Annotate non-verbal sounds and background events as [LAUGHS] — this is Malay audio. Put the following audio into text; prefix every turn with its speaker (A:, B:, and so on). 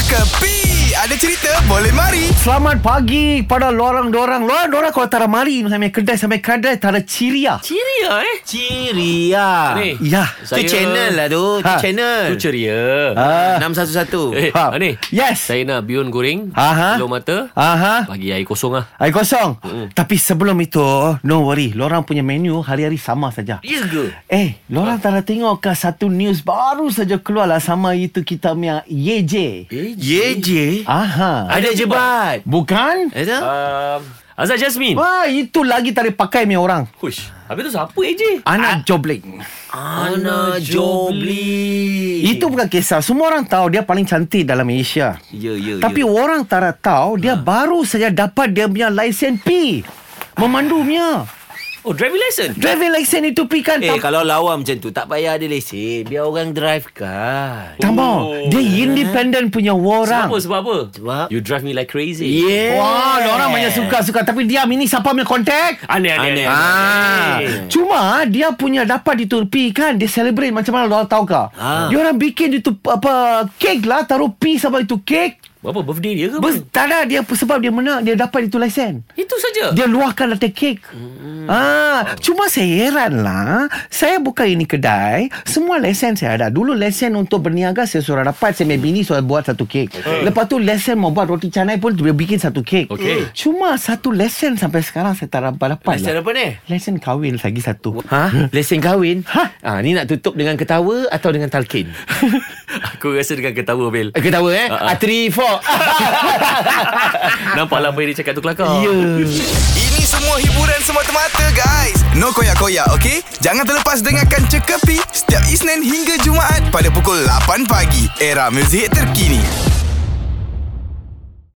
A: Kepi Ada cerita boleh mari
B: Selamat pagi pada lorang-lorang. Lorang-lorang kalau tak ada mari sampai kedai sampai kedai tak ada ciria.
C: Ceria eh
D: Ciria
C: Ni
B: Ya.
C: Eh,
D: Tu
C: Saya-
D: channel lah tu Tu
B: Ha.
D: channel
C: Tu ceria
B: Ah.
D: 611
C: Eh
B: Ha.
C: ni
B: Yes.
C: Saya nak biun goreng
D: Ha,
B: Aha.
C: Telur mata
B: Aha.
C: Bagi air kosong lah
B: Air kosong. Tapi sebelum itu, no worry. Lorang punya menu hari-hari sama saja.
D: Ya ke?
B: Eh, lorang tak ada tengok ke satu news baru saja keluar lah sama itu kita punya YJ.
C: Eh.
D: YJ
B: Aha.
D: Ada jebat
B: Bukan?
D: Ada
C: lah. um, Azhar Jasmine
B: Wah, itu lagi tarik pakai punya orang.
C: Hush Habis tu siapa AJ?
B: Anak Jobling.
D: Ana
C: Eh.
D: Jobli
B: Itu bukan kisah. Semua orang tahu dia paling cantik dalam Asia.
D: Ya ya
B: Tapi
D: ya.
B: orang tak nak tahu
D: Ha.
B: dia baru saja dapat dia punya lesen P. Memandu punya.
C: Oh driving license
B: Driving lesen itu P kan.
D: Eh
B: Eh,
D: kalau lawa macam tu Tak payah ada lesen Biar orang drive kan
B: Tambah. Dia independent punya
C: Sebab apa
B: orang. Eh.
C: sebab apa?
D: Sebab-
C: You drive me like crazy
D: Yeah
B: Wah, orang
D: Eh.
B: banyak suka-suka. Tapi dia ini siapa punya kontak?
C: Aneh aneh, aneh.
D: Aneh. Ah.
C: aneh.
B: Cuma dia punya dapat itu P kan Dia celebrate macam mana Diorang tahu ke
D: Ah.
B: Dia orang bikin itu apa Cake lah Taruh P sama itu cake
C: Apa birthday dia ke? apa?
B: Bes, Tak ada dia Sebab dia menang Dia dapat itu lesen
C: Itu saja.
B: Dia luahkan latte cake hmm. ah, Cuma saya heran lah Saya buka ini kedai Semua lesen saya ada Dulu lesen untuk berniaga Saya suruh dapat Saya punya bini suruh buat satu kek
D: Eh.
B: okay. Lepas tu lesen mau buat roti canai pun Dia bikin satu kek
C: Okey.
B: Cuma satu lesen sampai sekarang Saya tak dapat dapat
D: Lesen
B: lah
D: apa
C: [LAUGHS]
D: ni?
B: Lesen kahwin lagi satu
D: Ha? Lesen kahwin?
B: Ha?
D: Ah, ni nak tutup dengan ketawa atau dengan
B: [LAUGHS]
D: talkin?
C: Aku rasa dengan ketawa [LAUGHS] Bel.
D: Eh, ketawa eh?
B: Ha,
C: Ah, ah.
D: Ah, three,
B: [LAUGHS]
D: four. [LAUGHS]
C: Nampaklah apa yang dia cakap tu kelakar.
B: Ya.
A: Ini semua hiburan semata-mata guys No koyak-koyak ok Jangan terlepas dengarkan Cekapi Setiap Isnin hingga Jumaat Pada pukul 8 pagi Era muzik terkini